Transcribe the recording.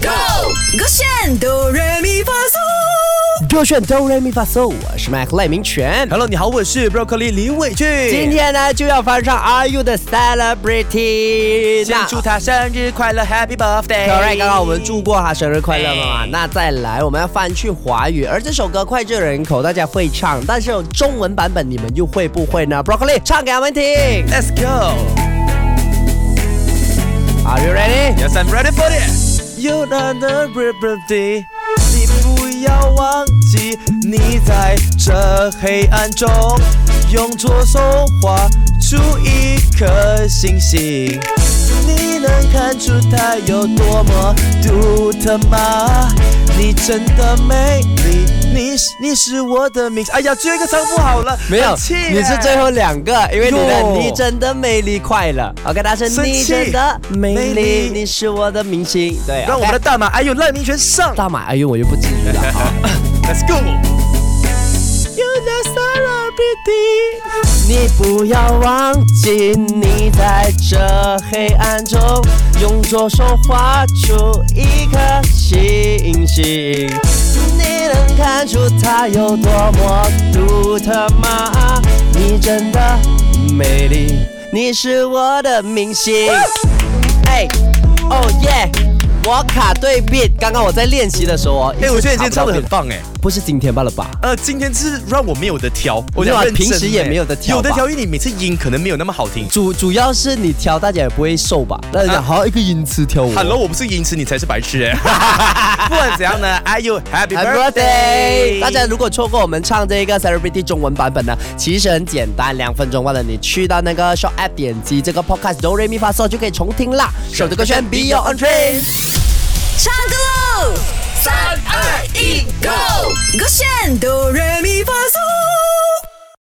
Go，勾选哆来咪发嗦。歌选哆来咪发嗦，我是麦克赖明全。 Hello，你好，我是 Broccoli 林伟俊。今天呢就要翻唱 Are You 的 Celebrity。先祝他生日快乐，Happy Birthday。 Correct，刚刚我们祝过他生日快乐嘛哎？那再来，我们要翻去华语，而这首歌脍炙人口，大家会唱，但是有中文版本你们又会不会呢？Broccoli 唱给他们听。 Let's go。 Are you ready？ Yes, I'm ready for it. You are the birthday，你不要忘记，你在这黑暗中，用左手画出一颗星星。你能看出它有多么独特吗？你真的美丽，你是你是我的名字。哎呀，最后一个唱不好了，没有，很气耶你是最后两个，因为你的哟你真的美丽快乐。OK，大声，生气你真的美美丽丽，你是我的明星。对，让我们的大马哎呦赖明全上大马，哎呦，我就不至于了。好，Let's go。You're the celebrity。你不要忘记，你在这黑暗中，用左手画出一颗星星。你能看出它有多么独特吗？你真的美丽，你是我的明星。哎，哦耶！我卡对 beat，刚刚我在练习的时候哦，哎、我觉得你今天唱的很一直卡不到 beat，棒哎、不是今天罢了吧？呃，今天是让我没有的挑，我没觉得有啊很认真平时也没有得挑吧有的挑，因为你每次音可能没有那么好听。主主要是你挑，大家也不会瘦吧？大家讲好一个音痴挑我。啊 Hello，我不是音痴，你才是白痴哎、 不管怎样呢，Are you happy Happy birthday？ birthday！大家如果错过我们唱这个 Celebrity 中文版本呢，其实很简单，两分钟完了，你去到那个 s h o p App 点击这个 Podcast Do Re Mi Fa So 就可以重听啦。守着歌炫 Be Your Own Train。唱歌喽！三二一，Go，勾选哆来